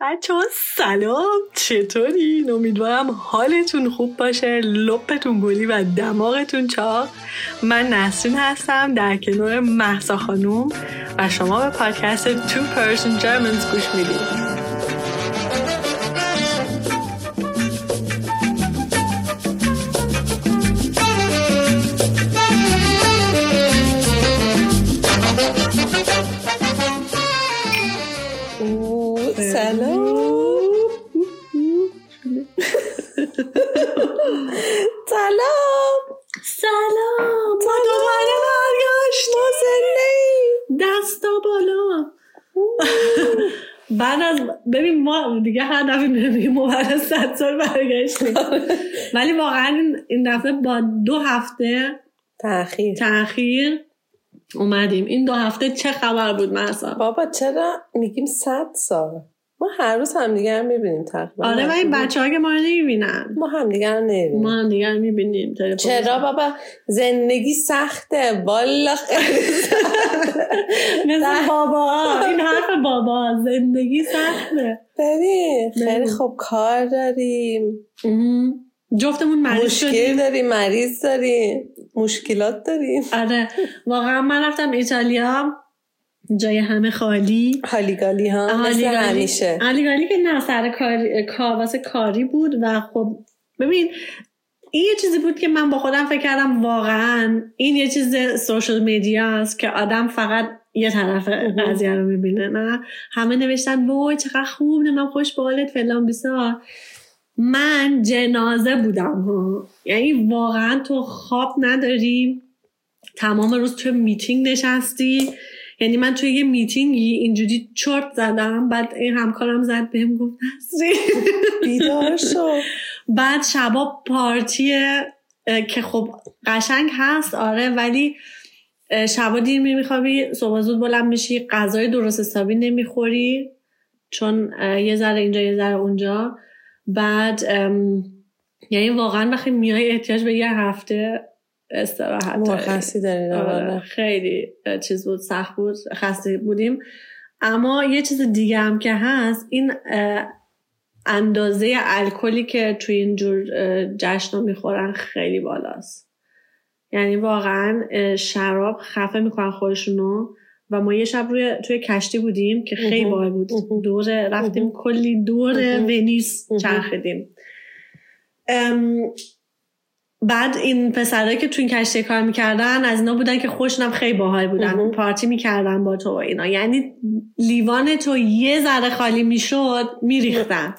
بچه ها سلام چطورین امیدوارم حالتون خوب باشه لپتون گلی و دماغتون چاق من نسرین هستم در کنار محسا خانوم و شما به پادکست Two Person Germans گوش میدید سلام سلام سلام ما سلام. دوباره ما برگشتیم زنده دستا بالا بعد از ببین ما دیگه هر دفعه میگیم ما بعد از صد سال برگشتیم ولی واقعا این- این دفعه با دو هفته تاخیر تاخیر اومدیم این دو هفته چه خبر بود مثلا بابا چرا میگیم صد سال ما هر روز همدیگه رو میبینیم تقریبا آره ولی بچه که ما رو نمیبینن ما همدیگه رو نمیبینیم ما هم دیگه رو میبینیم چرا بابا زندگی سخته والا خیلی مثل بابا این حرف بابا زندگی سخته ببین خیلی ببین. خوب کار داریم جفتمون مریض شدیم مشکل داریم مریض داریم مشکلات داریم آره واقعا من رفتم ایتالیا جای همه خالی حالیگالی ها مثل آلیگالی- همیشه آلیگالی که نه سر کار کار واسه کاری بود و خب ببین این یه چیزی بود که من با خودم فکر کردم واقعا این یه چیز سوشال میدیا است که آدم فقط یه طرف قضیه رو میبینه نه همه نوشتن وای چقدر خوب من خوش بالت فلان بیسار من جنازه بودم ها یعنی واقعا تو خواب نداری تمام روز توی میتینگ نشستی یعنی من توی یه میتینگی اینجوری چرت زدم بعد این همکارم زد بهم گفت نسرین بیدار شو آره. بعد شبا پارتی اه، که خب قشنگ هست آره ولی اه، شبا دیر میخوابی صبح زود بلند میشی غذای درست حسابی نمیخوری چون اه، یه ذره اینجا یه ذره اونجا بعد ام، یعنی واقعا وقتی میای احتیاج به یه هفته استراحت داری. مرخصی دارین آره، آره. خیلی اه، چیز بود سخت بود خسته بودیم اما یه چیز دیگه هم که هست این اه، اندازه الکلی که توی اینجور جشن میخورن خیلی بالاست یعنی واقعا اه، شراب خفه میکنن خودشونو و ما یه شب روی توی کشتی بودیم که خیلی مهم. باحال بود مهم. دوره رفتیم کلی دور مهم. ونیس مهم. چرخیدیم ام، بعد این پسرایی که تو این کشتی کار میکردن از اینا بودن که خوشنم خیلی باحال بودن مهم. پارتی میکردن با تو و اینا یعنی لیوان تو یه ذره خالی میشد میریختن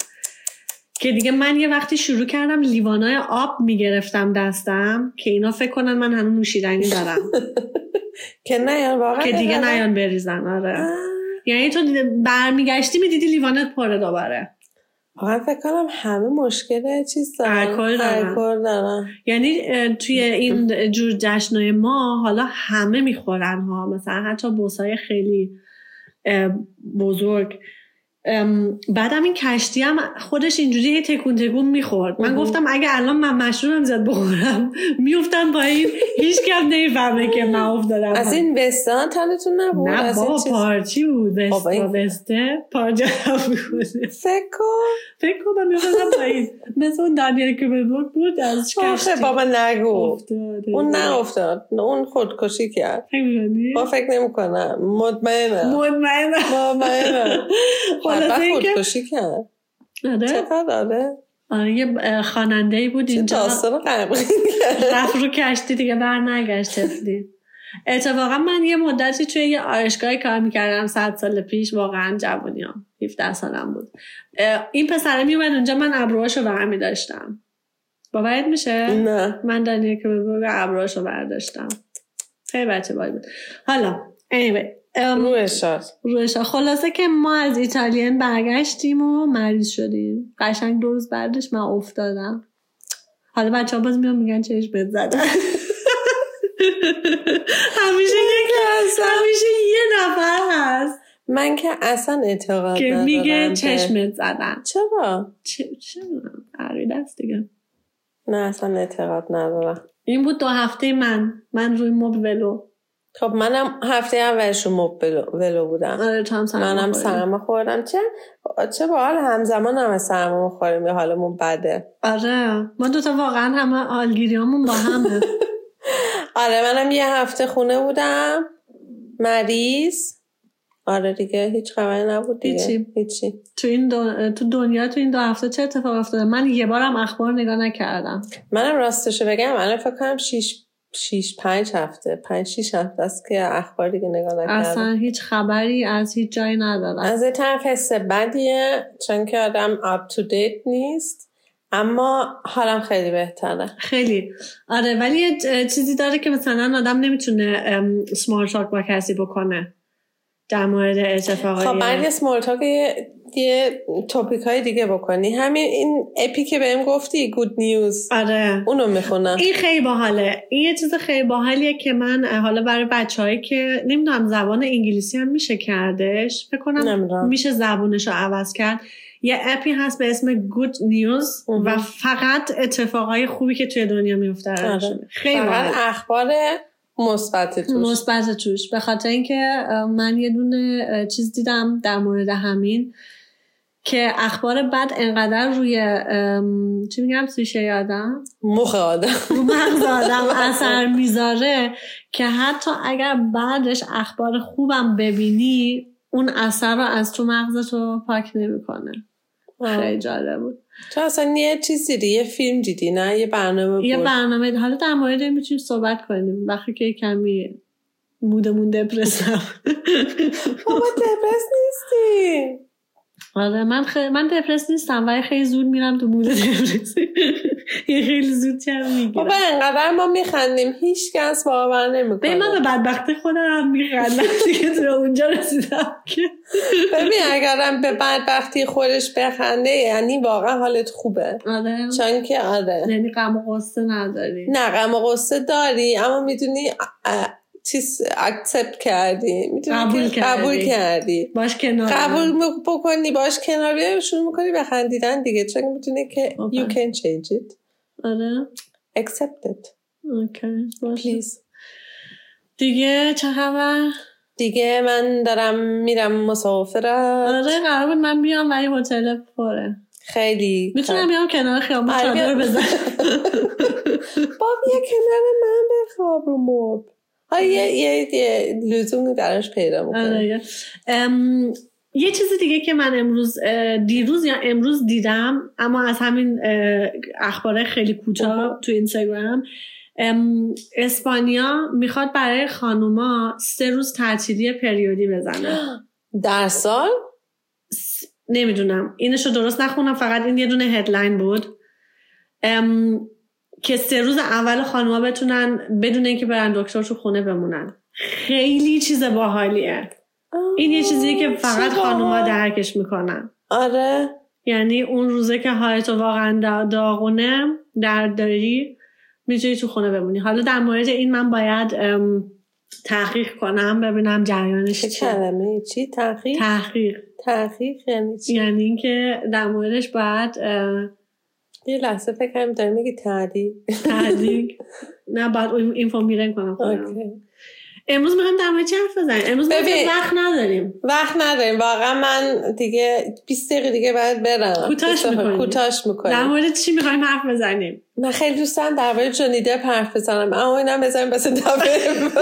که دیگه من یه وقتی شروع کردم لیوانای آب میگرفتم دستم که اینا فکر کنن من هنوز نوشیدنی دارم که نه واقعا که دیگه نه. نیان بریزن آره آه. یعنی تو برمیگشتی میدیدی لیوانت پره دوباره واقعا فکر کنم همه مشکل چیز دارن الکل دارن. الکل دارن یعنی اه، توی این جور جشنای ما حالا همه میخورن ها مثلا حتی بوسای خیلی اه، بزرگ ام، بعدم این کشتی هم خودش اینجوری هی تکون تکون میخورد من مهم. گفتم اگه الان من مشروبم زیاد بخورم میفتم پایین هیچ کم نمیفهمه که من افتادم از این بستان تنتون نبود نه از این بابا چیز- پارچی بود بابا بسته این- بسته پارچه هم بود فکر کن. فکر کنم میفتم پایین مثل اون دانیل که بود از آخه کشتی بابا نگو افتاد. اون افتاد اون خودکشی کرد می‌دونی؟ ما فکر نمی کنم مطمئنم مطمئنم مطمئنم خلاصه حتما اینکه- خودکشی کرد آره چقدر آره آره، یه خاننده ای بود چه اینجا داستان قمقی کرد رفت رو کشتی دیگه بر نگشت تفلی اتفاقا من یه مدتی توی یه آرشگاهی کار میکردم صد سال پیش واقعا جوانیام 17 سالم بود اه، این پسره میومد اونجا من ابروهاشو برمی داشتم باورت میشه؟ نه من دانیل کلبرگ ابروهاش رو برداشتم خیلی بچه باید بود حالا anyway. ام، رو اشار روش خلاصه که ما از ایتالیان برگشتیم و مریض شدیم قشنگ دو روز بعدش من افتادم حالا بچه ها باز میان میگن چشم بهت زدن همیشه یک همیشه یه نفر هست من که اصلا اعتقاد که ندارم میگه به- چشمت زدن چرا چه چه می‌دونم، تغییر دست دیگه نه اصلا اعتقاد ندارم این بود دو هفته من من روی مبل ولو خب منم هفته اولش مبل ولو بودم آره تو هم سرما منم خوردی. سرما خوردم چه چه باحال همزمان هم سرما میخوریم یا حالمون بده آره ما دوتا واقعا همه آلگیریامون با همه آره منم یه هفته خونه بودم مریض آره دیگه هیچ خبری نبود دیگه هیچی. هیچی تو این دو- تو دنیا تو این دو هفته چه اتفاق افتاده من یه بارم اخبار نگاه نکردم منم راستشو بگم الان فکر کنم شیش شیش پنج هفته پنج شیش هفته است که اخبار دیگه نگاه نکردم اصلا هیچ خبری از هیچ جایی ندارم از یه طرف حس بدیه چون که آدم آپ تو دیت نیست اما حالم خیلی بهتره خیلی آره ولی یه ج- چیزی داره که مثلا آدم نمیتونه سمال تاک با کسی بکنه در مورد اتفاقایی خب بعد یه سمال تاک یه, یه توپیک های دیگه بکنی همین این اپی که بهم گفتی گود نیوز آره اونو میخونم این خیلی باحاله این یه چیز خیلی باحالیه که من اه، حالا برای بچههایی که نمیدونم زبان انگلیسی هم میشه کردش فکر کنم نمیدونم. میشه زبونش رو عوض کرد یه اپی هست به اسم گود نیوز اوه. و فقط اتفاقای خوبی که توی دنیا میفته رو آره. نشون. خیلی فقط باحاله. اخبار مثبت توش مثبت توش به خاطر اینکه اه، من یه دونه اه، چیز دیدم در مورد همین که اخبار بد انقدر روی ام، چی میگم سوشه یادم مخ آدم رو مغز آدم اثر میذاره که حتی اگر بعدش اخبار خوبم ببینی اون اثر رو از تو مغز تو پاک نمیکنه خیلی جالب بود تو اصلا یه چیز دیدی یه فیلم دیدی نه یه برنامه یه بود برنامه حالا در مورد این میتونیم صحبت کنیم وقتی که کمی مودمون دپرسم بابا دبرس نیستی آره من خیلی من دپرس نیستم ولی خیلی زود میرم تو مود دپرسی یه خیلی زود چرا میگیرم بابا انقدر ما میخندیم هیچ کس باور به من به نمیکنه بدبختی خودم میخندم دیگه تو اونجا رسیدم که ببین اگرم به بدبختی خودش بخنده یعنی واقعا حالت خوبه آره چون که آره یعنی غم و غصه نداری نه غم و غصه داری اما میدونی چیز اکسپت کردی میدونی قبول کردی. آره. قبول کردی باش کنار قبول می- بکنی باش کنار بیای شروع میکنی به خندیدن دیگه چون میدونی که آفرین. you can change it آره accept it اوکی باشه. please دیگه چه خبر دیگه من دارم میرم مسافرت آره قرار بود من بیام ولی هتل پره خیلی میتونم بیام کنار خیابون آره، چادر بیا. بزن باب یه کنار من بخواب رو مب حالا یه, یه, یه لزومی براش پیدا میکنه آره. ام، یه چیز دیگه که من امروز اه، دیروز یا امروز دیدم اما از همین اه، اخبار خیلی کوتاه تو اینستاگرام ام، اسپانیا میخواد برای خانوما سه روز تعطیلی پریودی بزنه در سال نمیدونم اینشو درست نخونم فقط این یه دونه هدلاین بود ام، که سه روز اول خانوما بتونن بدون اینکه برن دکتر تو خونه بمونن خیلی چیز باحالیه این یه چیزیه که آه، فقط چه باحال. خانوما درکش میکنن آره یعنی اون روزه که حالتو واقعا دا- داغونه درد داری میتونی تو خونه بمونی حالا در مورد این من باید ام، تحقیق کنم ببینم جریانش چه چیه کلمه چی تحقیق تحقیق تحقیق یعنی چی یعنی اینکه در موردش باید اه، یه لحظه فکر کنم داری میگی تعدی تحقیق نه باید اینفورمیرن کنم خودم. اوکی. امروز میخوایم در مورد چه حرف بزنیم امروز ما ببین. اصلا وقت نداریم وقت نداریم واقعا من دیگه 20 دقیقه دیگه باید برم کوتاهش می‌کنی. کوتاش در میکنیم مورد چی میخوایم حرف بزنیم من خیلی دوست دارم درباره جونی دپ حرف بزنم اما اینم بزنیم بس دفعه بعد.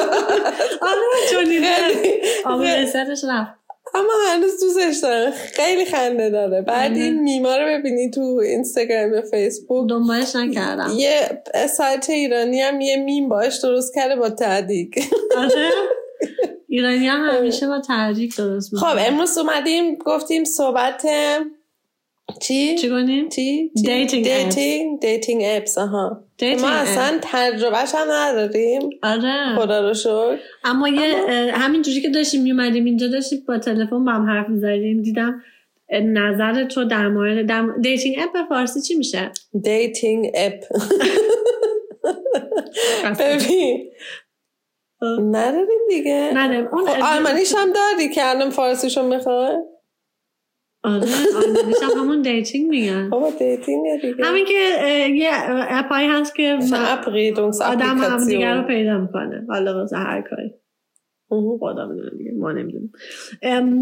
آره چونی خیلی- آب خیلی- لذتش رفت اما هنوز دوستش دارم خیلی خنده داره بعد آره. این میما رو ببینی تو اینستاگرام یا فیسبوک خب، دنبالش نکردم یه سایت ایرانی هم یه میم باش درست کرده با تعدیق آره ایرانی هم همیشه با تحریک درست می‌کنن. خب امروز اومدیم گفتیم صحبت چی؟ چی کنیم؟ چی؟ Dating apps. دیتینگ دیتینگ اپس آها Dating ما app. اصلا خب. تجربهش هم نداریم آره خدا رو شکر اما یه اه، همین جوری که داشتیم میومدیم اینجا داشتیم با تلفن با هم حرف میزدیم دیدم اه، نظر تو در مورد در... دیتینگ اپ به فارسی چی میشه؟ دیتینگ اپ ببین آه. نداریم دیگه نداریم. بله، اون- خب، آلمانیش هم داری که الان فارسیشو میخوای آره آلمانیش هم همون دیتینگ میگن بابا دیتینگ دیگه همین که اه، یه اپایی هست که Verabredungsapplikation. آدم هم دیگر رو پیدا میکنه حالا واسه هر کاری خدا میدونه دیگه ما نمیدونیم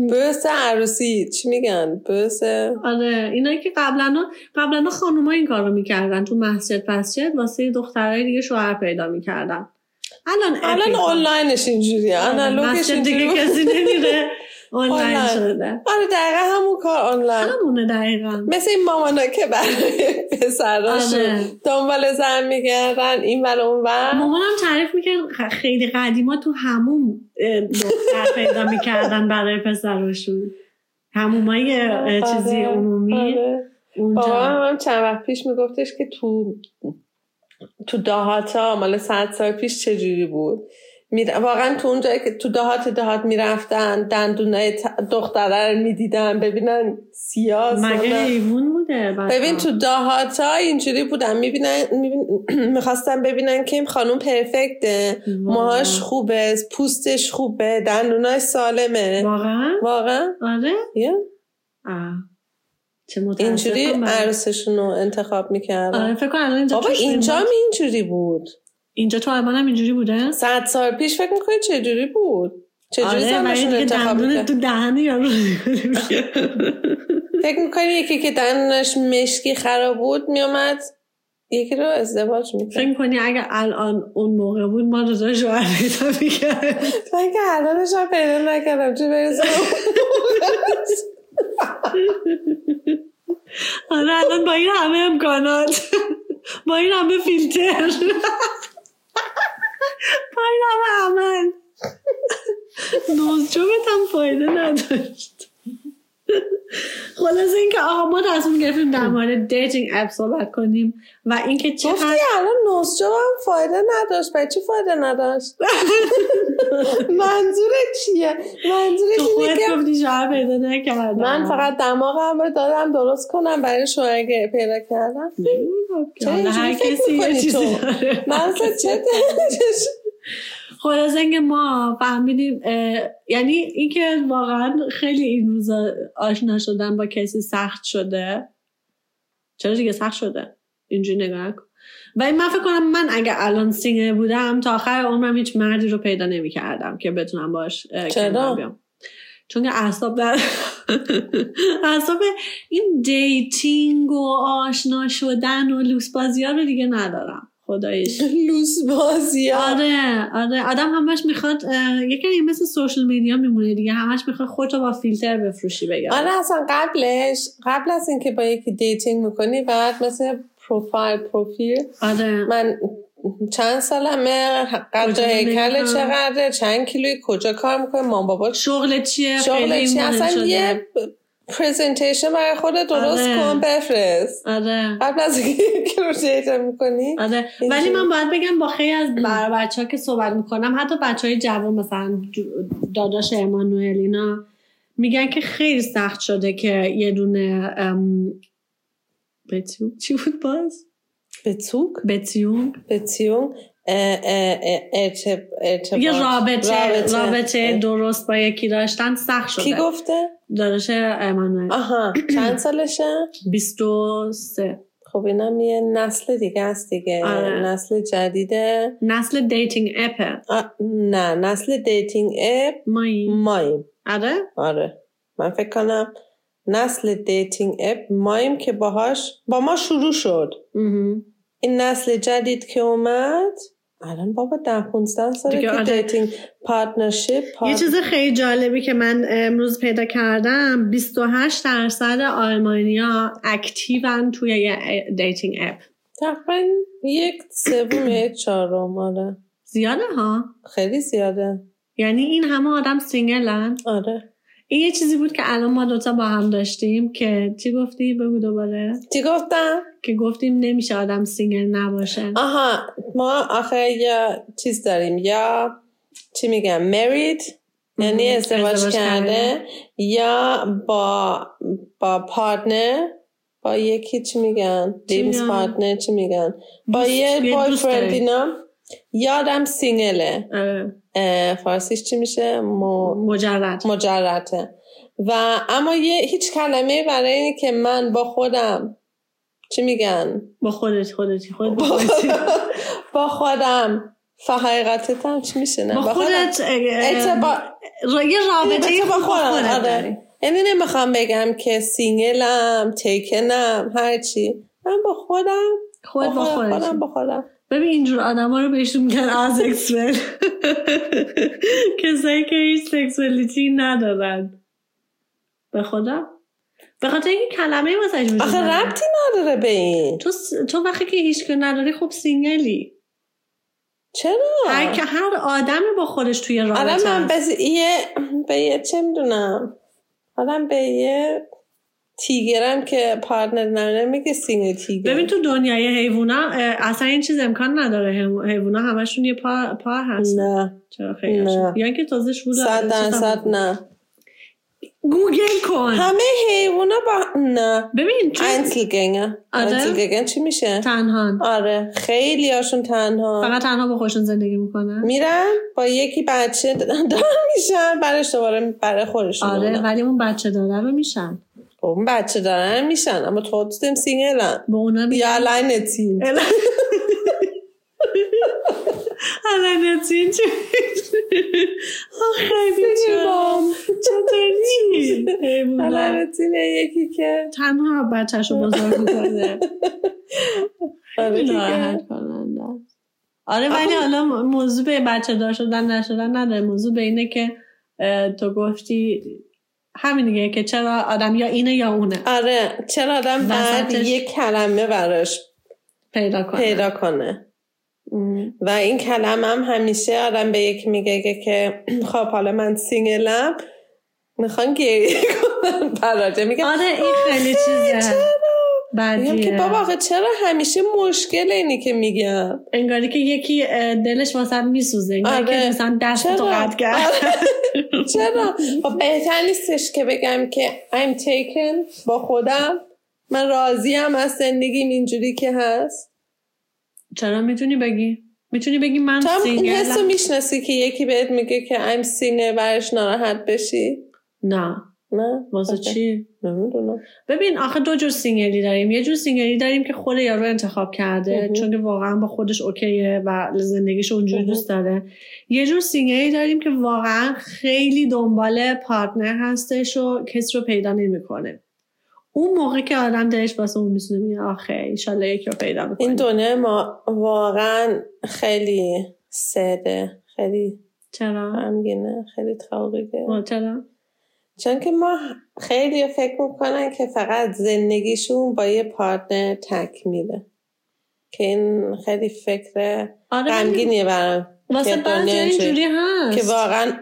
بوس عروسی چی میگن بوس آره اینایی که قبلا قبلا خانوما این کار رو میکردن تو مسجد مسجد واسه دخترای دیگه شوهر پیدا میکردن الان الان اپیکا. آنلاینش اینجوریه آنالوگش آره، مسجد دیگه اینجوریه کسی نمیره آنلاین آنلاین. شده آره دقیقا همون کار آنلاین همونه دقیقا مثل این مامانا که برای آره. پسراشون دنبال زن میگردن این ور اون ور مامانم تعریف میکرد خ- خیلی قدیما تو هموم اه، دختر پیدا میکردن برای پسرشون همومای اه، چیزی آره، عمومی آره. بابا اونجا هم چند وقت پیش میگفتش که تو تو دهاتا مال صد سال پیش چجوری بود می واقعا تو اون جایی که تو دهات دهات میرفتن دندونای ت... دختره رو میدیدن ببینن سیاس مگه حیوان بوده بچه‌ها؟ ببین تو دهاتا اینجوری بودن میبینن میخواستن ببینن که این خانوم پرفکته واو. موهاش خوبه پوستش خوبه دندوناش سالمه واقعا واقعا آره یه آه. چه اینجوری متاسفم برای- عروسشون رو انتخاب میکردن آره فکر کنم الان اینجا بابا تو اینجا شیرمان- هم اینجوری بود اینجا تو آلمان هم اینجوری بوده صد سال پیش فکر میکنی چجوری بود چجوری آره ولی زنشون دیگه انتخاب دندون میکرد تو دهن یارو فکر میکنی یکی که دندونش مشکی خراب بود میومد یکی رو ازدواج میکرد فکر کنی اگه الان اون موقع بود ما رضا شوهر پیدا می‌کردیم. من که الانش هم پیدا نکردم چه برسه آره الان با این همه امکانات با این همه فیلتر با این همه عمل نوزجوبت هم فایده نداشت خلاص اینکه آقا ما تصمیم گرفتیم در مورد دیتینگ اپ صحبت کنیم و اینکه گفتی چقدر الان نسجا هم فایده نداشت برای چی فایده نداشت منظور چیه منظورش تو اینه خودت که گفتی شوهر پیدا نکردم من فقط دماغم رو دادم درست کنم برای شوهر که پیدا کردم نمی‌دونم که. خب، چرا حالا اینجوری هر فکر کسی یه می‌کنی چیزی تو؟ داره من اصلا چه خلاص اینکه ما فهمیدیم اه، یعنی اینکه واقعا خیلی این روزا آشنا شدن با کسی سخت شده چرا دیگه سخت شده اینجوری نگاه کن ولی من فکر کنم من اگه الان سینگل بودم تا آخر عمرم هیچ مردی رو پیدا نمی کردم که بتونم باش اه، چرا؟ کنار بیام چون که اعصاب در اعصاب این دیتینگ و آشنا شدن و لوس بازی ها رو دیگه ندارم خدایش لوس بازی آره آره آدم همش میخواد اه، یکی این مثل سوشل میدیا میمونه دیگه همش میخواد خودتو با فیلتر بفروشی بگم آره اصلا قبلش قبل از اینکه با یکی دیتینگ میکنی بعد مثل پروفایل پروفیل آره من چند سالمه کجا قد و زندگی هیکل کنم؟ چقدره چند کیلوی کجا کار میکنه مام بابا شغل چیه شغل خیلی چی مهم اصلا شده. یه پرزنتیشن برای خودت درست آره. کن بفرست آره قبل از اینکه که رو دیتا میکنی آره اینجوری. ولی من باید بگم با خیلی از بر بچه ها که صحبت میکنم حتی بچه های جوان مثلا جو- داداش امانوئل اینا میگن که خیلی سخت شده که یه دونه ام، بتیوم چی بود باز؟ به توک بتیوم به تیون اه، اه، اه، ارتب- ارتباط. یه رابطه رابطه, درست با یکی داشتن سخت شده کی گفته؟ داداش امانوئل آها چند سالشه؟ 23 خب اینم یه نسل دیگه است دیگه آره. نسل جدیده نسل دیتینگ اپه آ، نه نسل دیتینگ اپ مایی مایم آره آره من فکر کنم نسل دیتینگ اپ مایم که باهاش با ما شروع شد مهم. این نسل جدید که اومد الان بابا ده 15 ساله دیگه که آره. دیتینگ پارتنرشیپ یه چیز خیلی جالبی که من امروز پیدا کردم 28 درصد آلمانیا اکتیون توی یه دیتینگ اپ تقریبا یک سوم یک چهارم آره زیاده ها خیلی زیاده یعنی این همه آدم سینگلن آره این یه چیزی بود که الان ما دوتا با هم داشتیم که چی گفتی بگو دوباره چی گفتم که گفتیم نمیشه آدم سینگل نباشه آها ما آخه یا چیز داریم یا چی میگم مرید یعنی مهم. ازدواج ازدواج کرده کرده. یا با با پارتنر با یکی چی میگن چی جیمز میگن؟ پارتنر چی میگن با دوست- یه یه دوست بویفرند داری. اینا یادم سینگله آره. اه، فارسیش چی میشه مو... مجرد مجرده و اما یه هیچ کلمه برای اینه که من با خودم چی میگن با خودت خودتی خودت با خودم فا حقیقتت هم چی میشه نه با با خودم. خودت اه، اه، ارتباط را- یه رابطه ارتباط خوب با خودم، خودت آره. داری یعنی نمیخوام بگم که سینگلم تیکنم هرچی من با خودم خودت با خودت خودم با خودم ببین اینجور آدم ها رو بهشون میگن آسکسول کسایی که هیچ سکسولیتی ندارن به خدا به خاطر اینکه کلمه واسه آخه ربطی نداره به این تو, س- تو وقتی که هیچ که نداری خب سینگلی چرا هر که هر آدمی با خودش توی آدم رابطه من است. به یه به یه چه میدونم آدم به یه تیگرم که پارتنر نمیده میگه سینگل تیگر ببین تو دنیای حیوونا اه، اصلا این چیز امکان نداره حیو- حیوونا همشون یه پار, پار هست نه چرا خیلی نه. یا اینکه تازه شروع صد درصد نه گوگل کن همه حیوانا با نه ببین چون انتلگنگه آره؟ انتلگنگ چی میشه تنها آره خیلی هاشون تنها فقط تنها با خودشون زندگی میکنن میرن با یکی بچه دار میشن برش دوباره برای خودشون آره آره. ولی اون بچه داره رو میشن اون بچه دارن میشن اما تو دیدم سینگلن به اونا میگن یا لعنتی علنتین چه آخه بیچاره چطوری حیوونا. لعنتی نه یکی که تنها بچهش رو بزرگ میکنه آره دیگه. ناراحت کننده است. آره ولی حالا موضوع به بچه دار شدن نشدن نداره موضوع به اینه که اه، تو گفتی همین دیگه که چرا آدم یا اینه یا اونه آره چرا آدم بعد وسطش. یه کلمه براش پیدا کنه پیدا کنه ام. و این کلمه هم همیشه آدم به یکی میگه که- که خب حالا من سینگلم میخوان گریه کنن براته میگم آره این خیلی چیزه میگم که بعدیه بابا آخه چرا همیشه مشکل اینی که میگم انگاری که یکی اه، دلش واسه میسوزه انگاری آره. که مثلا دست تو چرا؟ آره. قطع کرد چرا و بهتر نیستش که بگم که I'm taken با خودم من راضیم از زندگیم اینجوری که هست چرا میتونی بگی میتونی بگی من تو هم این حس رو سینگلم میشناسی که یکی بهت میگه که I'm single برش ناراحت بشی نه نه واسه آخه، چی نمیدونم ببین آخه دو جور سینگلی داریم یه جور سینگلی داریم که خود یارو انتخاب کرده مهم. چون که واقعا با خودش اوکیه و زندگیش اونجوری مهم. دوست داره یه جور سینگلی داریم که واقعا خیلی دنبال پارتنر هستش و کسی رو پیدا نمیکنه اون موقع که آدم دلش واسه اون میسونه میگه آخه ایشالله یکی رو پیدا این میکنه دنیا ما واقعا خیلی سده خیلی چرا غمگینه خیلی تراوریده ما چرا چون که ما خیلی فکر میکنن که فقط زندگیشون با یه پارتنر تکمیله که این خیلی فکر آره ولی غمگینیه برام واسه که بعضی دنیا اینجوری هست که واقعا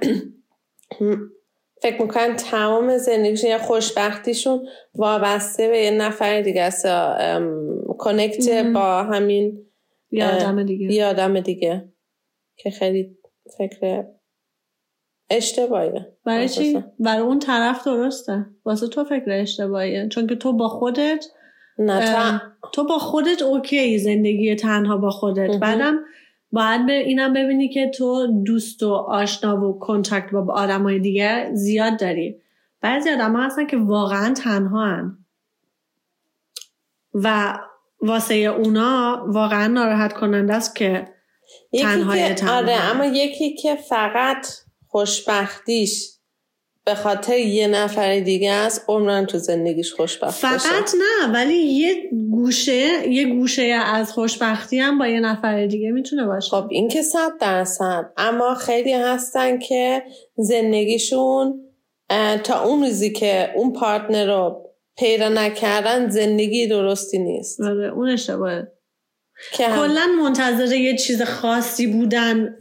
فکر میکنن تمام زندگیشون یا خوشبختیشون وابسته به یه نفر دیگه است یا، ام، مم. کنکت با همین یه اه، آدم دیگه یه آدم دیگه که خیلی فکر اشتباهیه برای چی اساساً. برای اون طرف درسته واسه تو فکر اشتباهیه چون که تو با خودت نه ام، تا تو با خودت اوکی زندگی تنها با خودت مهم. بعدم باید به اینم ببینی که تو دوست و آشنا و کنتakt با آدمای دیگه زیاد داری بعضی آدم هستن که واقعا تنها هن. و واسه اونا واقعا ناراحت کننده است که یکی تنهای که تنها. آره اما یکی که فقط خوشبختیش به خاطر یه نفر دیگه است عمرن تو زندگیش خوشبخت باشه. فقط نه ولی یه گوشه یه گوشه از خوشبختی هم با یه نفر دیگه میتونه باشه خب این که صد درصد اما خیلی هستن که زندگیشون اه، تا اون روزی که اون پارتنر رو پیدا نکردن زندگی درستی نیست آره، اون اشتباهه که هم- کلا منتظر یه چیز خاصی بودن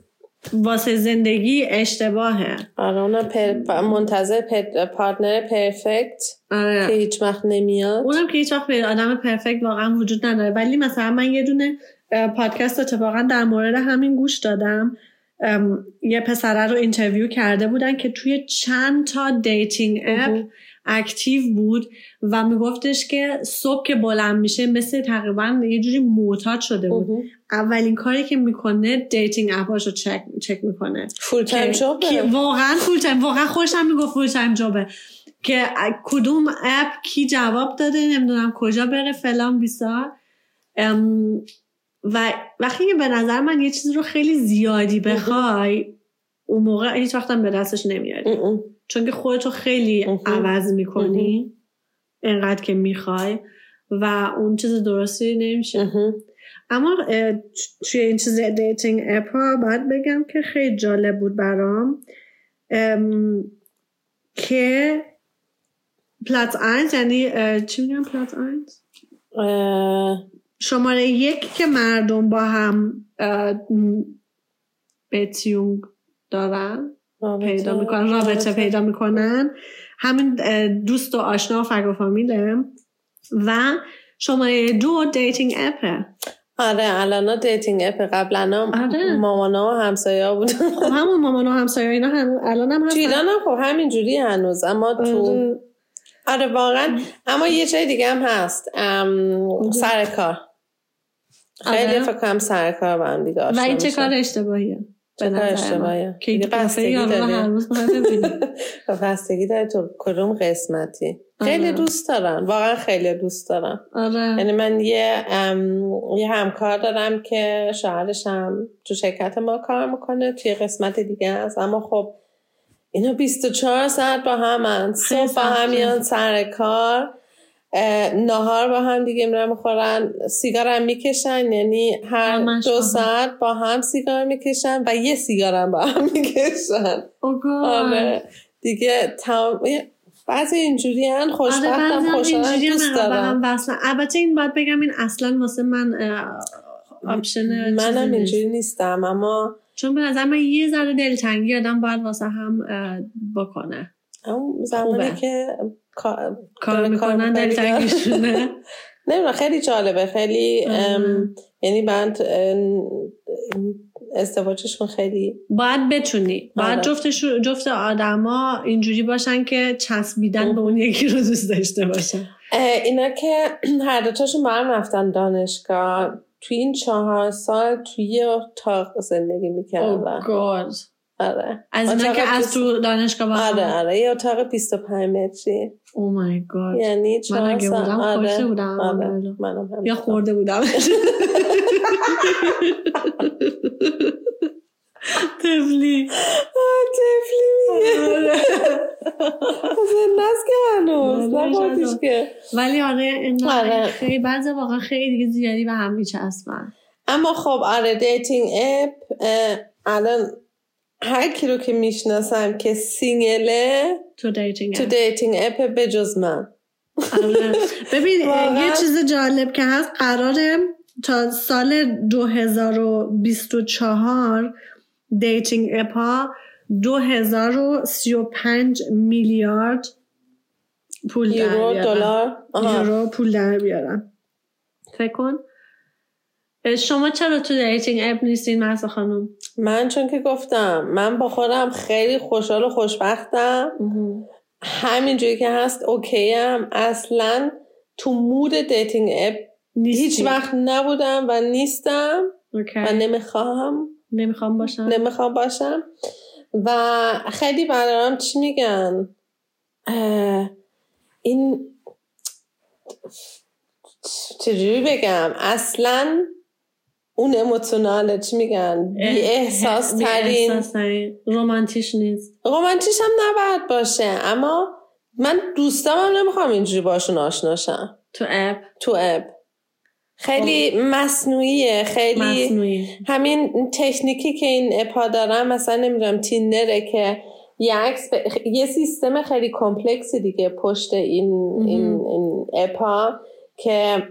واسه زندگی اشتباهه آره اونم پر- منتظر پر- پارتنر پرفکت که آره هیچ وقت نمیاد اونم که هیچ وقت به آدم پرفکت واقعا وجود نداره ولی مثلا من یه دونه اه، پادکست اتفاقا در مورد همین گوش دادم ام، یه پسره رو اینترویو کرده بودن که توی چند تا دیتینگ اپ اوه. اکتیو بود و میگفتش که صبح که بلند میشه مثل تقریبا یه جوری معتاد شده بود اوه. اولین کاری که میکنه دیتینگ اپاش رو چک, چک میکنه فول تایم که- جابه. که واقعا فول تایم واقعا خوشم میگفت فول تایم جابه که ا- کدوم اپ کی جواب داده نمیدونم کجا بره فلان بیسار ام، و وقتی که به نظر من یه چیز رو خیلی زیادی بخوای اون موقع هیچ وقتم به دستش نمیاری چون که خودتو خیلی عوض میکنی انقدر که میخوای و اون چیز درستی نمیشه اما توی این چیز دیتینگ اپ ها باید بگم که خیلی جالب بود برام که پلات اند یعنی چی میگم پلات اند شماره یک که مردم با هم بتیونگ دارن پیدا میکنن رابطه پیدا میکنن همین دوست و آشنا و فرق و فامیله و شماره دو دیتینگ اپه آره الان دیتینگ اپ قبلا آره. هم مامانا و همسایه ها بودن خب همون مامان و همسایه اینا هم الان هم تو هستن. ایران هم خب همینجوری هنوز اما تو آره. آره واقعا اما یه جای دیگه هم هست ام، سر کار خیلی آره. فکر کنم سر کار با هم دیگه و آشنا این چه میشن. کار اشتباهیه چه کار اشتباهیه؟ که دیگه این بستگی قیافه یارو رو داره. هر روز باید ببینی. و خب، بستگی داره تو کدوم قسمتی آره. خیلی دوست دارم واقعا خیلی دوست دارم آره یعنی من یه ام، یه همکار دارم که شوهرش هم تو شرکت ما کار میکنه توی قسمت دیگه است اما خب اینا 24 ساعت با همن خیلی صبح با سخته. هم میان سر کار اه، ناهار با هم دیگه میرن میخورن سیگار هم میکشن یعنی هر همش با دو هم. ساعت با هم سیگار میکشن و یه سیگار هم با هم میکشن او گاد. آره دیگه تمام بعضی اینجوری هن خوشبختم آره، بعضی هم خوشحالم اینجوری دوست هم عقب دارم هم وصلن. البته این باید بگم این اصلا واسه من اه، آپشن چیزی منم نیست. اینجوری نیستم اما چون به نظر من یه ذره دلتنگی آدم باید واسه هم اه، بکنه اون زمانی خوبه. که کا- کار داره میکنن می‌کنه دیگه. دلتنگیشونه نمیدونم خیلی جالبه خیلی آره. ام، یعنی من ازدواجشون خیلی باید بتونی باید آره. جفتش جفت آدما اینجوری باشن که خب. چسبیدن به اون یکی رو دوست داشته باشن اه، اینا که هر دوتاشون با هم رفتن دانشگاه توی این چهار سال توی یه اتاق زندگی او میکردن گاد آره Oh از اینا اتاق که از بیست- تو دانشگاه Oh با هم- آره آره یه اتاق 25 متری او مای گاد یعنی آره. من چهار اگه ساعت- بودم آره، خورده بودم آره، اولا. منم همینطور. یا خورده بودم تفلی آه، طفلی میگه زنده است که هنوز آره، نخوردیش شاید. که ولی آره اینقدر آره. خیلی بعضی واقعا خیلی دیگه زیادی به هم میچسبن اما خب آره دیتینگ اپ اه، الان هر کی رو که میشناسم که سینگله تو دیتینگ تو دیتینگ اپ به جز من آره. ببین واقعا. یه چیز جالب که هست قراره تا سال 2024 دیتینگ اپ ها 2035 میلیارد پول در یورو بیارن. دلار آها. یورو پول در بیارن فکر کن اه، شما چرا تو دیتینگ اپ نیستین مرسا خانم من چون که گفتم من با خودم خیلی خوشحال و خوشبختم همینجوری که هست اوکی ام اصلا تو مود دیتینگ اپ هیچ نیستی. وقت نبودم و نیستم اوکی. و نمیخوام نمیخوام باشم نمیخوام باشم و خیلی برام چی میگن اه، این چجوری بگم اصلا اون اموتوناله چی میگن بی احساس بی ترین احساس ترین. رومانتیش نیست رومانتیش هم نباید باشه اما من دوستام هم نمیخوام اینجوری باشون آشناشم تو اپ تو اب خیلی مصنوعیه خیلی مصنوعی همین تکنیکی که این اپا دارن مثلا نمیدونم تیندره که یه, عکس به- یه سیستم خیلی کمپلکس دیگه پشت این, مهم. این, این اپا که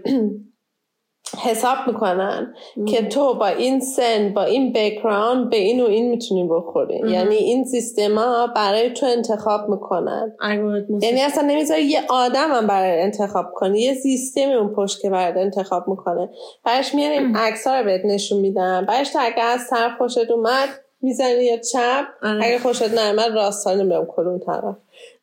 حساب میکنن که تو با این سن با این بکراند به این و این میتونی بخوری مهم. یعنی این سیستما برای تو انتخاب میکنن الگوریتم یعنی اصلا نمیذاره یه آدم هم برای انتخاب کنه یه سیستمی اون پشت که برای انتخاب میکنه برش میان این عکس ها رو بهت نشون میدن برش تو اگه از سر خوشت اومد میزنی یا چپ آره. اگه خوشت نیومد راست ها نمیدونم کدوم طرف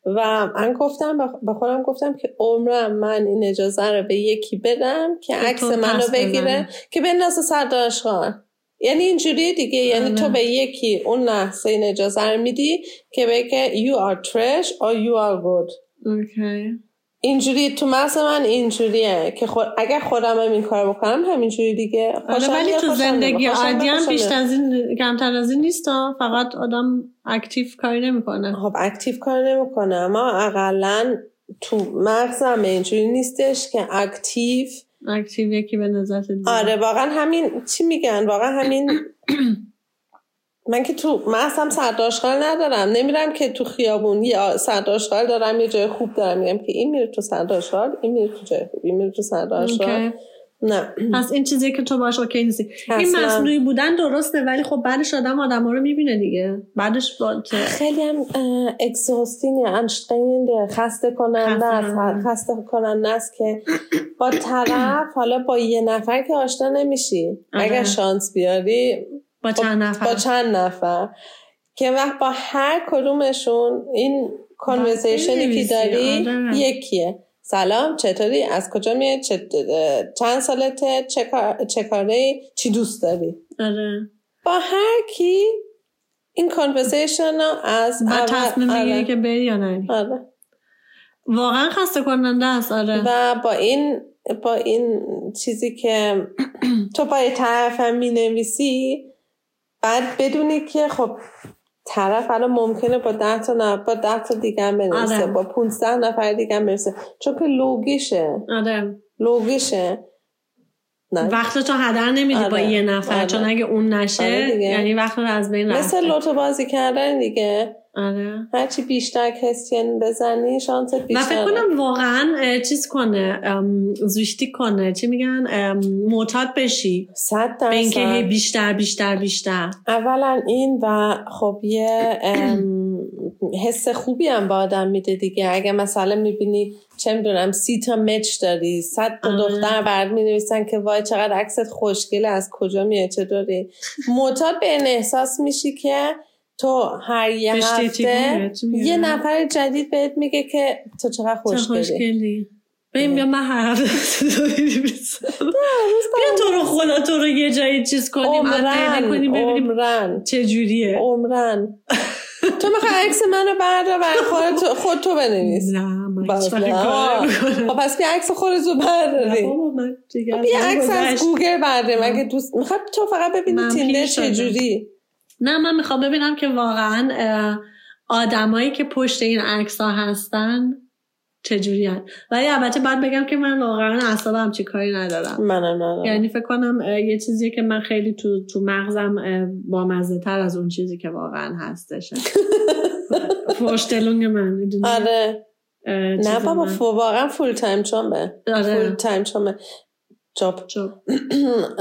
و من گفتم به- به خودم گفتم که عمرم من این اجازه رو به یکی بدم که که عکس تو منو پس بزنی. بگیره که بندازه سر دانشگاه یعنی اینجوری دیگه یعنی آره. تو به یکی اون لحظه این اجازه رو میدی که بگه you are trash or you are good اوکی اینجوری تو مغز من اینجوریه که خود اگر خودم هم این کار بکنم همینجوری دیگه آره خوشم ولی میاد، تو خوشم زندگی نمیاد، خوشم عادی میاد، هم خوشم بیشتر نمیاد. از این کمتر از این نیست ها. فقط آدم اکتیو کاری نمیکنه خب اکتیو کار نمیکنه اما اقلا تو مغزم اینجوری نیستش که اکتیو اکتیو یکی به نظرت دیگه. آره واقعا همین چی میگن واقعا همین من که تو مغزم سرداشغال ندارم نمیرم که تو خیابون یا سرداشغال دارم یه جای خوب دارم میگم که این میره تو سرداشغال این میره تو جای خوب این میره تو سرداشغال اوکی. نه پس این چیزی که تو باش اوکی نیستی این اصلا. مصنوعی بودن درسته ولی خب بعدش آدم آدم رو میبینه دیگه بعدش با خیلی هم اگزاستینگ انشتینگ خسته کننده خسته است خسته کننده است که با طرف حالا با یه نفر که آشنا نمیشی آره. خب. اگر شانس بیاری با چند نفر خب، با چند نفر که وقت با هر کدومشون این کنورسیشنی که بنویسی، داری آره. یکیه سلام چطوری از کجا میای چه- چند سالته چه, کار... چه کاره چی دوست داری آره. با هر کی این کنورسیشن رو از بعد اول- تصمیم آره. میگیری که بری یا نری آره. واقعا خسته کننده است آره و با این با این چیزی که تو با یه طرف هم می نویسی بعد بدونی که خب طرف الان ممکنه با ده تا نه با ده تا دیگه هم بنویسه آره. با 15 نفر دیگه هم بنویسه چون که لوگیشه آره لوگیشه نه وقت تو هدر نمیدی آره. با یه نفر آره. چون اگه اون نشه آره دیگه. یعنی وقت رو از بین رفته مثل لوتو بازی کردن دیگه آره هرچی بیشتر کسیان بزنی شانس و بیشتر فکر کنم واقعا اه، چیز کنه ام، زوشتی کنه چی میگن ام، معتاد بشی صد به اینکه هی درصد بیشتر بیشتر بیشتر اولا این و خب یه ام، حس خوبی هم به آدم میده دیگه اگه مثلا میبینی چه میدونم سی تا مچ داری صد تا آره. دختر برد می که وای چقدر عکست خوشگله از کجا میاد چه داری معتاد به این احساس میشی که تو هر یه بهش چی هفته میگه؟ چی میگه؟ یه نفر جدید بهت میگه که تو چقدر چه خوشگلی خوشگلی ببین آره. بیا من هر هفته تو رو می‌بینم. بیا تو رو خدا تو رو یه جایی چیز کنیم پیدا عمرن خب، کنیم ببینیم عمرن چه جوریه عمرن تو میخوای عکس منو بردار برای خود تو, خود تو بنویس نه من هیچ باز وقت این نه. کار نمی‌کنم. خب پس بیا عکس خودت رو برداری بابا من دیگه از بیا اون عکس از گذشت. گوگل برداری مگه دوست میخوای تو فقط ببینی من تیندر پیر شدم. چجوری نه من میخوام ببینم که واقعا اه، آدمایی که پشت این عکس ها هستن چجوری هن. ولی البته بعد بگم که من واقعا اعصابم چی کاری ندارم منم ندارم یعنی فکر کنم اه، یه چیزیه که من خیلی تو تو مغزم با مزه تر از اون چیزی که واقعا هستش فوشتلونگ من می‌دونی؟ آره اه، چیز نه بابا من. فو- واقعا فول تایم چومه فول آره تایم چومه جاب چون-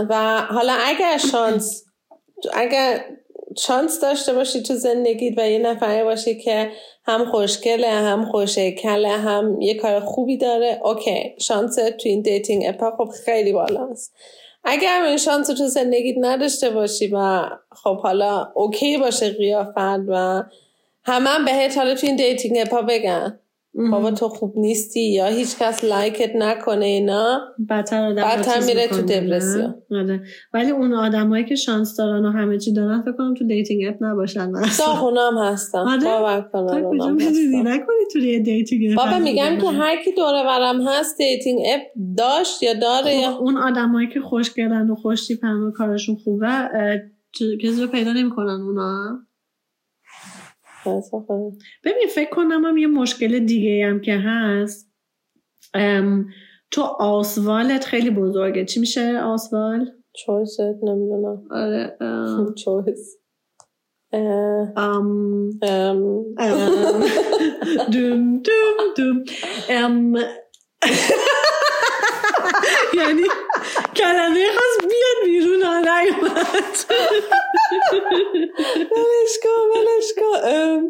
و حالا اگر شانس اگر شانس داشته باشی تو زندگیت و یه نفره باشی که هم خوشگله هم خوشکله هم یه کار خوبی داره اوکی شانس تو این دیتینگ اپا خب خیلی بالاست اگر هم این شانس رو تو زندگیت نداشته باشی و خب حالا اوکی باشه قیافت و همه هم بهت حالا تو این دیتینگ اپا بگن بابا تو خوب نیستی یا هیچ کس لایکت نکنه اینا بدتر آدم بدتر چیز میره تو می‌کنه، نه؟ دپرسیون. آره. ولی اون آدمایی که شانس دارن و همه چی دارن فکر کنم تو دیتینگ اپ نباشن داغ اونام هستم آره؟ باور تا کن کجا اونام میدونی هستم نکنی تو یه دیتینگ اپ بابا هم میگم دیگه. که هر کی دور و برم هست دیتینگ اپ داشت یا داره خب، یا اون آدمایی که خوشگلن و خوش تیپن و کارشون خوبه اه، چ- کسی رو پیدا نمیکنن اونا ببین فکر کنم هم یه مشکل دیگه هم که هست ام، تو آسوالت خیلی بزرگه چی میشه آسوال چویس نمیدونم آره ام، چویس ام، ام، ام، ام. دوم دوم دوم ام. یعنی کلمه خاص بیاد بیرون ها نیومد ولش کن ولش کن ام،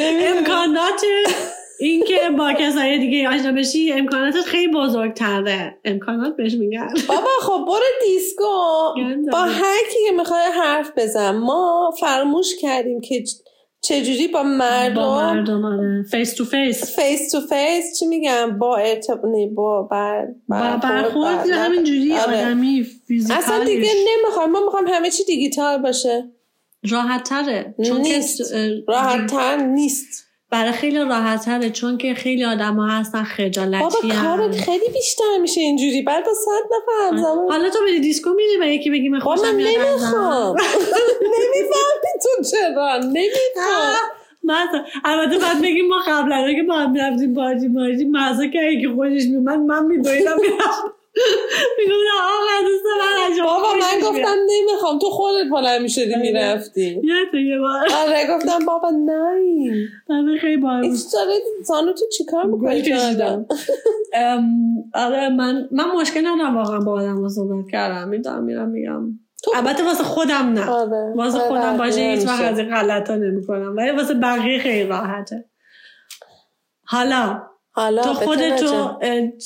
نمی‌دونم. امکانات اینکه با کسای دیگه آشنا بشی امکاناتت خیلی بزرگتره امکانات بهش میگن بابا خب برو دیسکو گندم. با هر کی که میخوای حرف بزن ما فراموش کردیم که چ- چجوری با با مردم مردم آره فیس تو فیس فیس تو فیس چی میگم با ارتب... نه با بر... با بر- برخورد نه. همین جوری آره. آدمی اصلا فیزیکالیش دیگه نمیخوام ما میخوام همه چی دیجیتال باشه راحت تره چون نیست. که اه، راحت تر نیست برای خیلی راحت هره چون که خیلی آدم ها هستن آره. خجالتی بابا کارت خیلی بیشتر میشه اینجوری بعد با صد نفر همزمان حالا تو بری دیسکو میری و یکی بگی من بابا آره. خوشم من میاد ازم. نمیخوام نمیفهمی تو چرا نمیخوام مثلا البته بعد بگیم ما قبلا که با هم میرفتیم بازی بازی مزا که اگه خودش میومد من میدویدم میرفتم میگفتم آقا دوست من از شما بابا من خوشش گفتم میاد. نمیخوام تو خودت بلند میشدی آره. میرفتی یادته یه بار آره گفتم بابا نه من خیلی باهم این داره زانو تو چیکار میکنی کشیدم آره من من مشکل ندارم واقعا با آدم ها صحبت کردم میدونم میرم میگم تو- البته واسه خودم نه آره واسه آره، خودم باشه بقیه هیچ وقت نمیشه. از این غلط ها نمی کنم ولی واسه بقیه خیلی راحته حالا حالا تو به نجا. خودتو اه،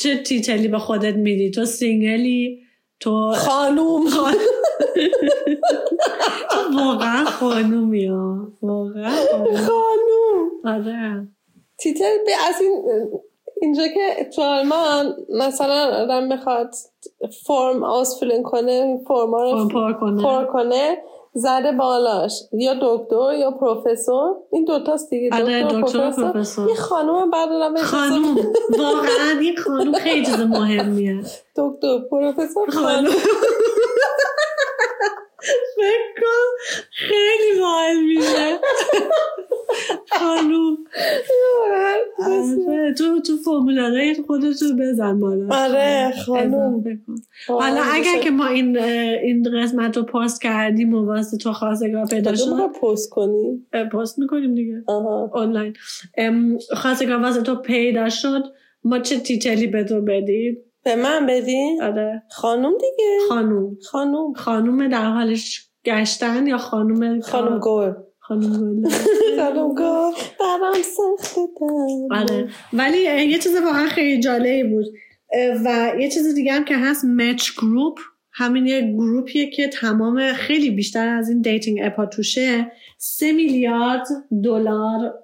چه تیتلی به خودت میدی تو سینگلی تو خانوم تو واقعا خانومی ها واقعا خانوم. خانوم آره تیتر به از این اینجا که تو آلمان مثلا آدم میخواد فرم آسفلین کنه فرما فرم رو پر کنه خب، پر کنه زده بالاش یا دکتر یا پروفسور این دوتاست دیگه آره، دکتر و دکتر و پروفسور پروفسور. یه خانوم هم بردارم بهش خانوم واقعا این خانوم خیلی چیز مهمیه دکتر پروفسور خانوم خانوم فکر کن خیلی باحال میشه خانوم آره، تو تو فرمولارای خودتو بزن بالا آره، خانوم. اضافه کن. حالا آره، اگر که ما این اه، این قسمت رو پست کردیم و واسه تو خواستگار پیدا تو شد بخوای پست کنی اه، پست میکنیم دیگه آها آنلاین ام، خواستگار واسه تو پیدا شد ما چه تیتلی به تو بدیم به من بدی آره خانوم دیگه خانوم خانوم خانوم در حالش گشتن یا خانوم خانوم گل خانوم گل خانوم گل برام سخته آره ولی اه، یه چیز واقعا خیلی جالبی بود اه، و یه چیز دیگه هم که هست مچ گروپ همین یه گروپیه که تمام خیلی بیشتر از این دیتینگ اپا توشه سه میلیارد دلار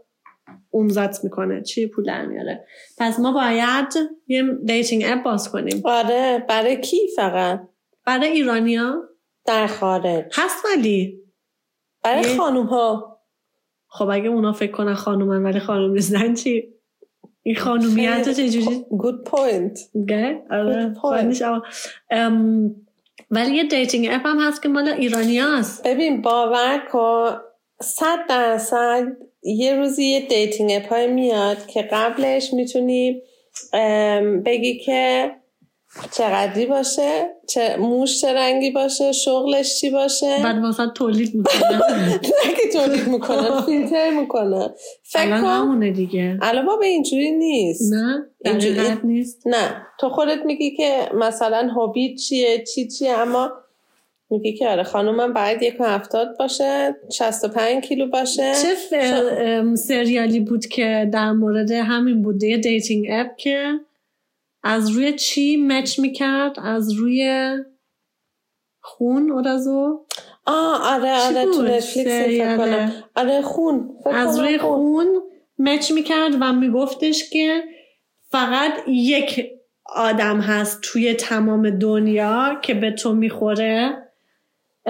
امضت میکنه چی پول در میاره پس ما باید یه دیتینگ اپ باز کنیم آره برای کی فقط برای ایرانیا در خارج هست ولی برای یه- خانوم ها خب اگه اونا فکر کنن خانومن ولی خانوم نیستن چی این خانومیت چجوری گود پوینت گه آره Good point. خانش آقا. ام، ولی یه دیتینگ اپ هم هست که مال ایرانی هست ببین باور کن صد درصد یه روزی یه دیتینگ اپ های میاد که قبلش میتونی بگی که چقدری باشه چه موش چه رنگی باشه شغلش چی باشه بعد واسه تولید میکنه نه که تولید میکنه فیلتر میکنه فکر الان کن همونه دیگه الان بابا اینجوری نیست نه اینجوری- دقیقت نیست نه تو خودت میگی که مثلا هوبی چیه چی چیه اما میگی که آره خانومم باید یک و هفتاد باشه 65 کیلو باشه چه ف- ام، سریالی بود که در مورد همین بود یه دیتینگ اپ که از روی چی مچ میکرد از روی خون اورازو آه آره آره تو نتفلیکس فکر کنم آره خون فکر از کنم روی خون مچ میکرد و میگفتش که فقط یک آدم هست توی تمام دنیا که به تو میخوره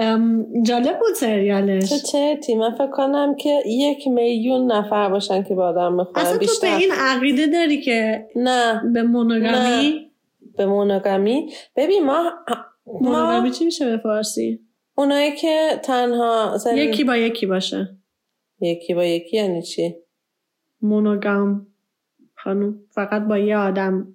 ام، جالب بود سریالش چه چرتی من فکر کنم که یک میلیون نفر باشن که با آدم میخورن اصلا تو به بیشتر این عقیده داری که نه به مونوگامی به مونوگامی ببین ما مونوگامی ما چی میشه به فارسی اونایی که تنها زندگی- یکی با یکی باشه یکی با یکی یعنی چی مونوگام خانم فقط با یه آدم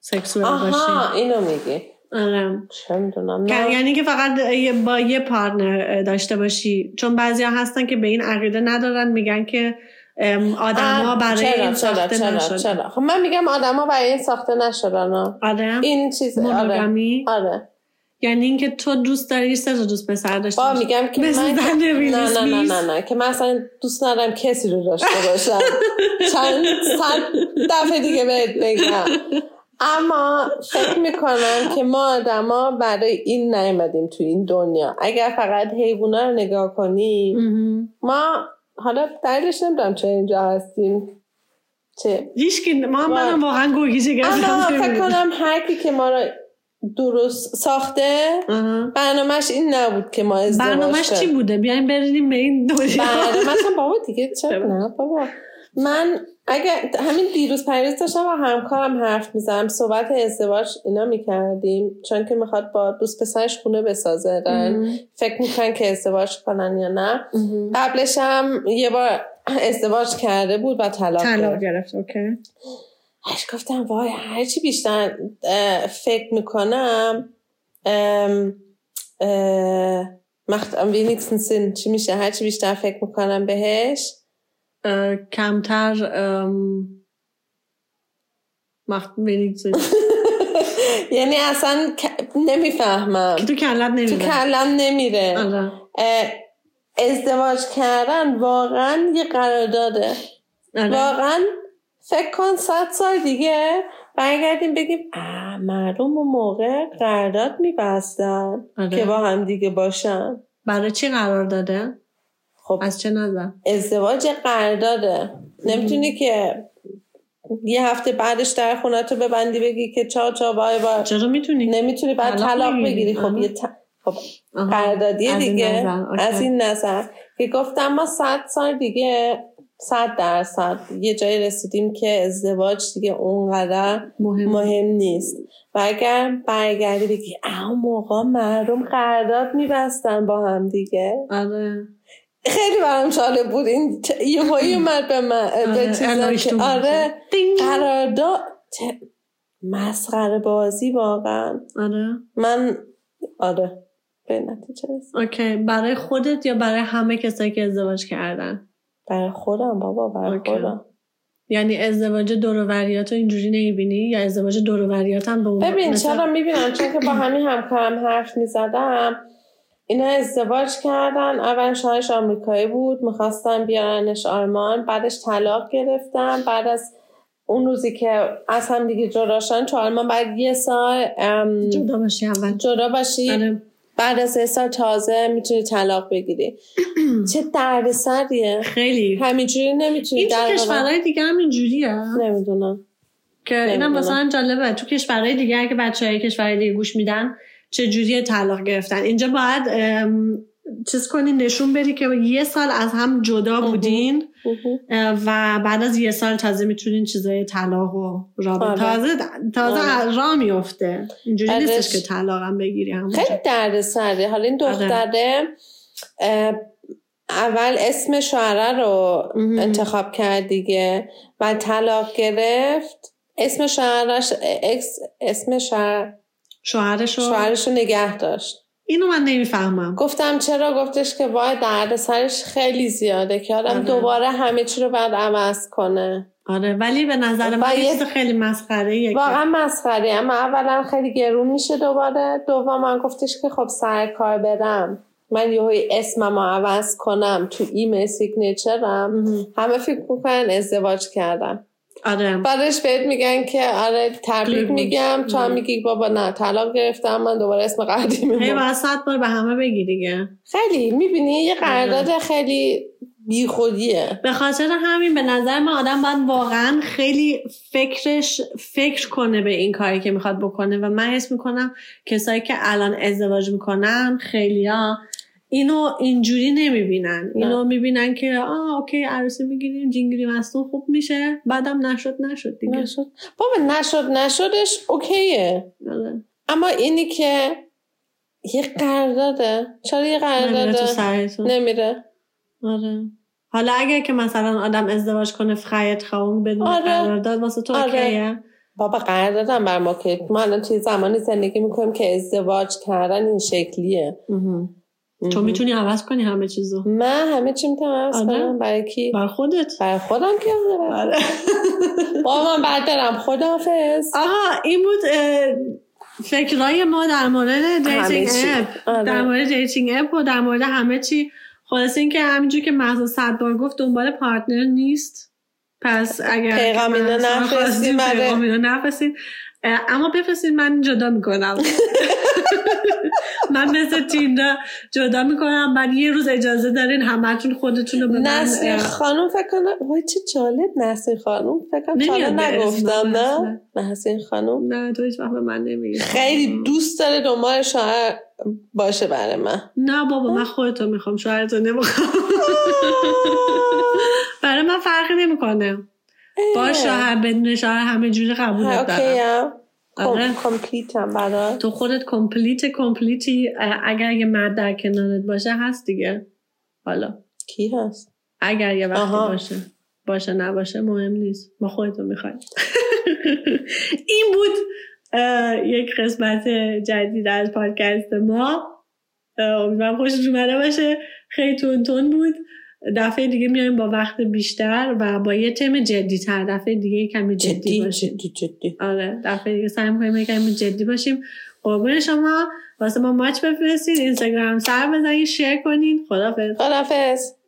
سکسوال آها باشی اینو میگی آره. چه میدونم که- نه یعنی که فقط یه- با یه پارتنر داشته باشی چون بعضیا هستن که به این عقیده ندارن میگن که ام، آدما آه، برای چرا، این چرا، ساخته چرا، نشدن چرا. خب من میگم آدما برای این ساخته نشدن ها. آره این چیز آره مونوگامی آره یعنی اینکه تو دوست داری سه تا دوست پسر داشته با باشی میگم که مثل من زن ویل نه نه نه اسمیت. نه نه که من اصلا دوست ندارم کسی رو داشته باشم چند صد دفعه دیگه بهت بگم اما فکر میکنم که ما آدما برای این نیومدیم تو این دنیا اگر فقط حیوونا رو نگاه کنیم مهم. ما حالا دلیلش نمیدونم چه اینجا هستیم چه هیچ که ما با- منم واقعا گوگیجه اما فکر گردم کنم هر کی که ما رو درست ساخته برنامهش این نبود که ما ازدواج برنامهش کنیم. چی بوده بیاین بریم به این دنیا برنامه‌ش هم بابا دیگه چه نه بابا من اگه همین دیروز پریز داشتم با همکارم حرف میزنم صحبت ازدواج اینا میکردیم چون که میخواد با دوست پسرش خونه بسازه دارن فکر میکنن که ازدواج کنن یا نه قبلش هم یه بار ازدواج کرده بود و طلاق طلاق گرفت اوکی هش گفتم وای هرچی بیشتر فکر میکنم مخت am wenigsten Sinn چی میشه هرچی بیشتر فکر میکنم بهش کمتر مخت wenigsten یعنی اصلا نمیفهمم که تو کلت تو نمیده کلم نمیره آره. اه، ازدواج کردن واقعا یه قرارداده آره. واقعا فکر کن صد سال دیگه برگردیم بگیم اه مردم اون موقع قرارداد میبستن آره. که با هم دیگه باشن برای چی قرار داده خب از چه نظر ازدواج قرارداده نمیتونی که یه هفته بعدش در خونتو ببندی بگی که چا چا بای بای چرا میتونی نمیتونی بعد طلاق طلاق بگیری. بگیری خب آها. یه ت- خب آها. قراردادیه از این دیگه نظر، اوکی. از این نظر که گفتم ما صد سال دیگه صد درصد یه جایی رسیدیم که ازدواج دیگه اونقدر مهم مهم نیست و اگر برگردی بگی اه، اون موقع مردم قرارداد میبستن با هم دیگه آره خیلی برام جالب بود این ت- یه هایی اومد به من به آره. چیزم الهیش که تو بود. آره دینگ. قرارداد چه مسخره بازی واقعا آره من آره به نتیجه رسیدم. اوکی برای خودت یا برای همه کسایی که ازدواج کردن برای خودم بابا برای اوکی. خودم یعنی ازدواج دوروریات رو اینجوری نمیبینی یا ازدواج دوروریات هم به اون ببین مثلا- چرا میبینم چون که با همین همکارم حرف میزدم اینا ازدواج کردن اول شوهرش آمریکایی بود میخواستن بیارنش آلمان بعدش طلاق گرفتن بعد از اون روزی که از هم دیگه جدا شدن تو آلمان بعد یه سال ام، جدا باشی اول جدا باشی آره. بعد از یه سال تازه میتونی طلاق بگیری چه دردسریه خیلی همینجوری نمیتونی این تو در واقع- کشورهای دیگه هم اینجوریه نمیدونم که اینم نمی‌دونم. مثلا جالبه تو کشورهای دیگه اگه بچه های کشورهای دیگه گوش میدن چه جوری طلاق گرفتن اینجا باید ام، چیز کنی نشون بدی که یه سال از هم جدا بودین اه، و بعد از یه سال تازه میتونین چیزای طلاق و رابطه آره. تازه تازه آره. را میفته اینجوری آره. نیستش که طلاقم بگیری همونجا خیلی دردسره حالا این آره. دختره اه، اول اسم شوهره رو مهم. انتخاب کرد دیگه و طلاق گرفت اسم شوهرش اکس اسم شوهر- شوهرشو شوهرش رو نگه داشت اینو من نمیفهمم گفتم چرا گفتش که وای درد سرش خیلی زیاده که آدم آره. دوباره همه چی رو باید عوض کنه آره ولی به نظر من و یه یه- چیز خیلی مسخره واقعا مسخره اما اولا خیلی گرون میشه دوباره دوم من گفتش که خب سر کار برم من یه اسمم رو عوض کنم تو ایمیل سیگنیچرم همه فکر میکنن ازدواج کردم آره بعدش بهت میگن که آره Clear تبریک بود. میگم تو هم آره. میگی بابا نه طلاق گرفتم من دوباره اسم قدیمی هی باید صد بار به همه بگی دیگه خیلی میبینی یه قرارداد خیلی بیخودیه به خاطر همین به نظر من آدم باید واقعا خیلی فکرش فکر کنه به این کاری که میخواد بکنه و من حس میکنم کسایی که الان ازدواج میکنن خیلیا اینو اینجوری نمیبینن اینو میبینن که آه اوکی عروسی میگیریم جینگری مستون خوب میشه بعدم نشد نشد دیگه نشد بابا نشد نشدش اوکیه آره. اما اینی که یه قرارداده چرا یه نمیره تو قرارداده سرتون نمیره آره حالا اگر که مثلا آدم ازدواج کنه خیت خواهم بدون آره. قرارداد واسه تو آره. اوکیه بابا قراردادم بر ما که ما الان توی زمانی زندگی میکنیم که ازدواج کردن این شکلیه تو میتونی عوض کنی همه چیزو من همه چی میتونم عوض آره. کنم برای کی بر خودت برای خودم که آره. با من بعد دارم خدافز آها این بود اه، فکرهای ما در مورد دیتینگ چی. اپ آره. در مورد دیتینگ اپ و در مورد همه چی خلاص اینکه همینجور که مهسا صد بار گفت دنبال پارتنر نیست پس اگر پیغام اینا مهسا نفرستین خواستین برای- پیغام اینا نفرستین اما بفرستید من جدا میکنم من مثل تیندا جدا میکنم بعد یه روز اجازه دارین همتون خودتون رو به من نسرین خانم فکر کنم وای چه جالب نسرین خانم فکر کنم تا حالا نمیاد اسم نگفتم نسرین. نه نسرین خانم نه تو هیچ وقت به من نمیگی خیلی دوست داره دنبال شوهر باشه برای من نه بابا خب. من خودتو میخوام شوهرتو نمیخوام Ah! برای من فرقی نمیکنه با شوهر بدون شوهر همه جوری قبولت اوکی دارم آره. هم کمپلیتم برای تو خودت کمپلیت کمپلیتی اه، اگر یه مرد در کنارت باشه هست دیگه حالا کی هست اگر یه وقتی آها. باشه باشه نباشه مهم نیست ما خودتو میخوایم این بود اه، یک قسمت جدید از پادکست ما اه، امیدوارم خوشتون اومده باشه خیلی تون تون بود دفعه دیگه میایم با وقت بیشتر و با یه تم جدی تر دفعه دیگه کمی جدی جدی باشیم جدی جدی آره دفعه دیگه سعی می‌کنیم یکم جدی باشیم قربون er شما واسه ما ماچ بفرستید اینستاگرام سر بزنید شیر کنین خدافظ خدافز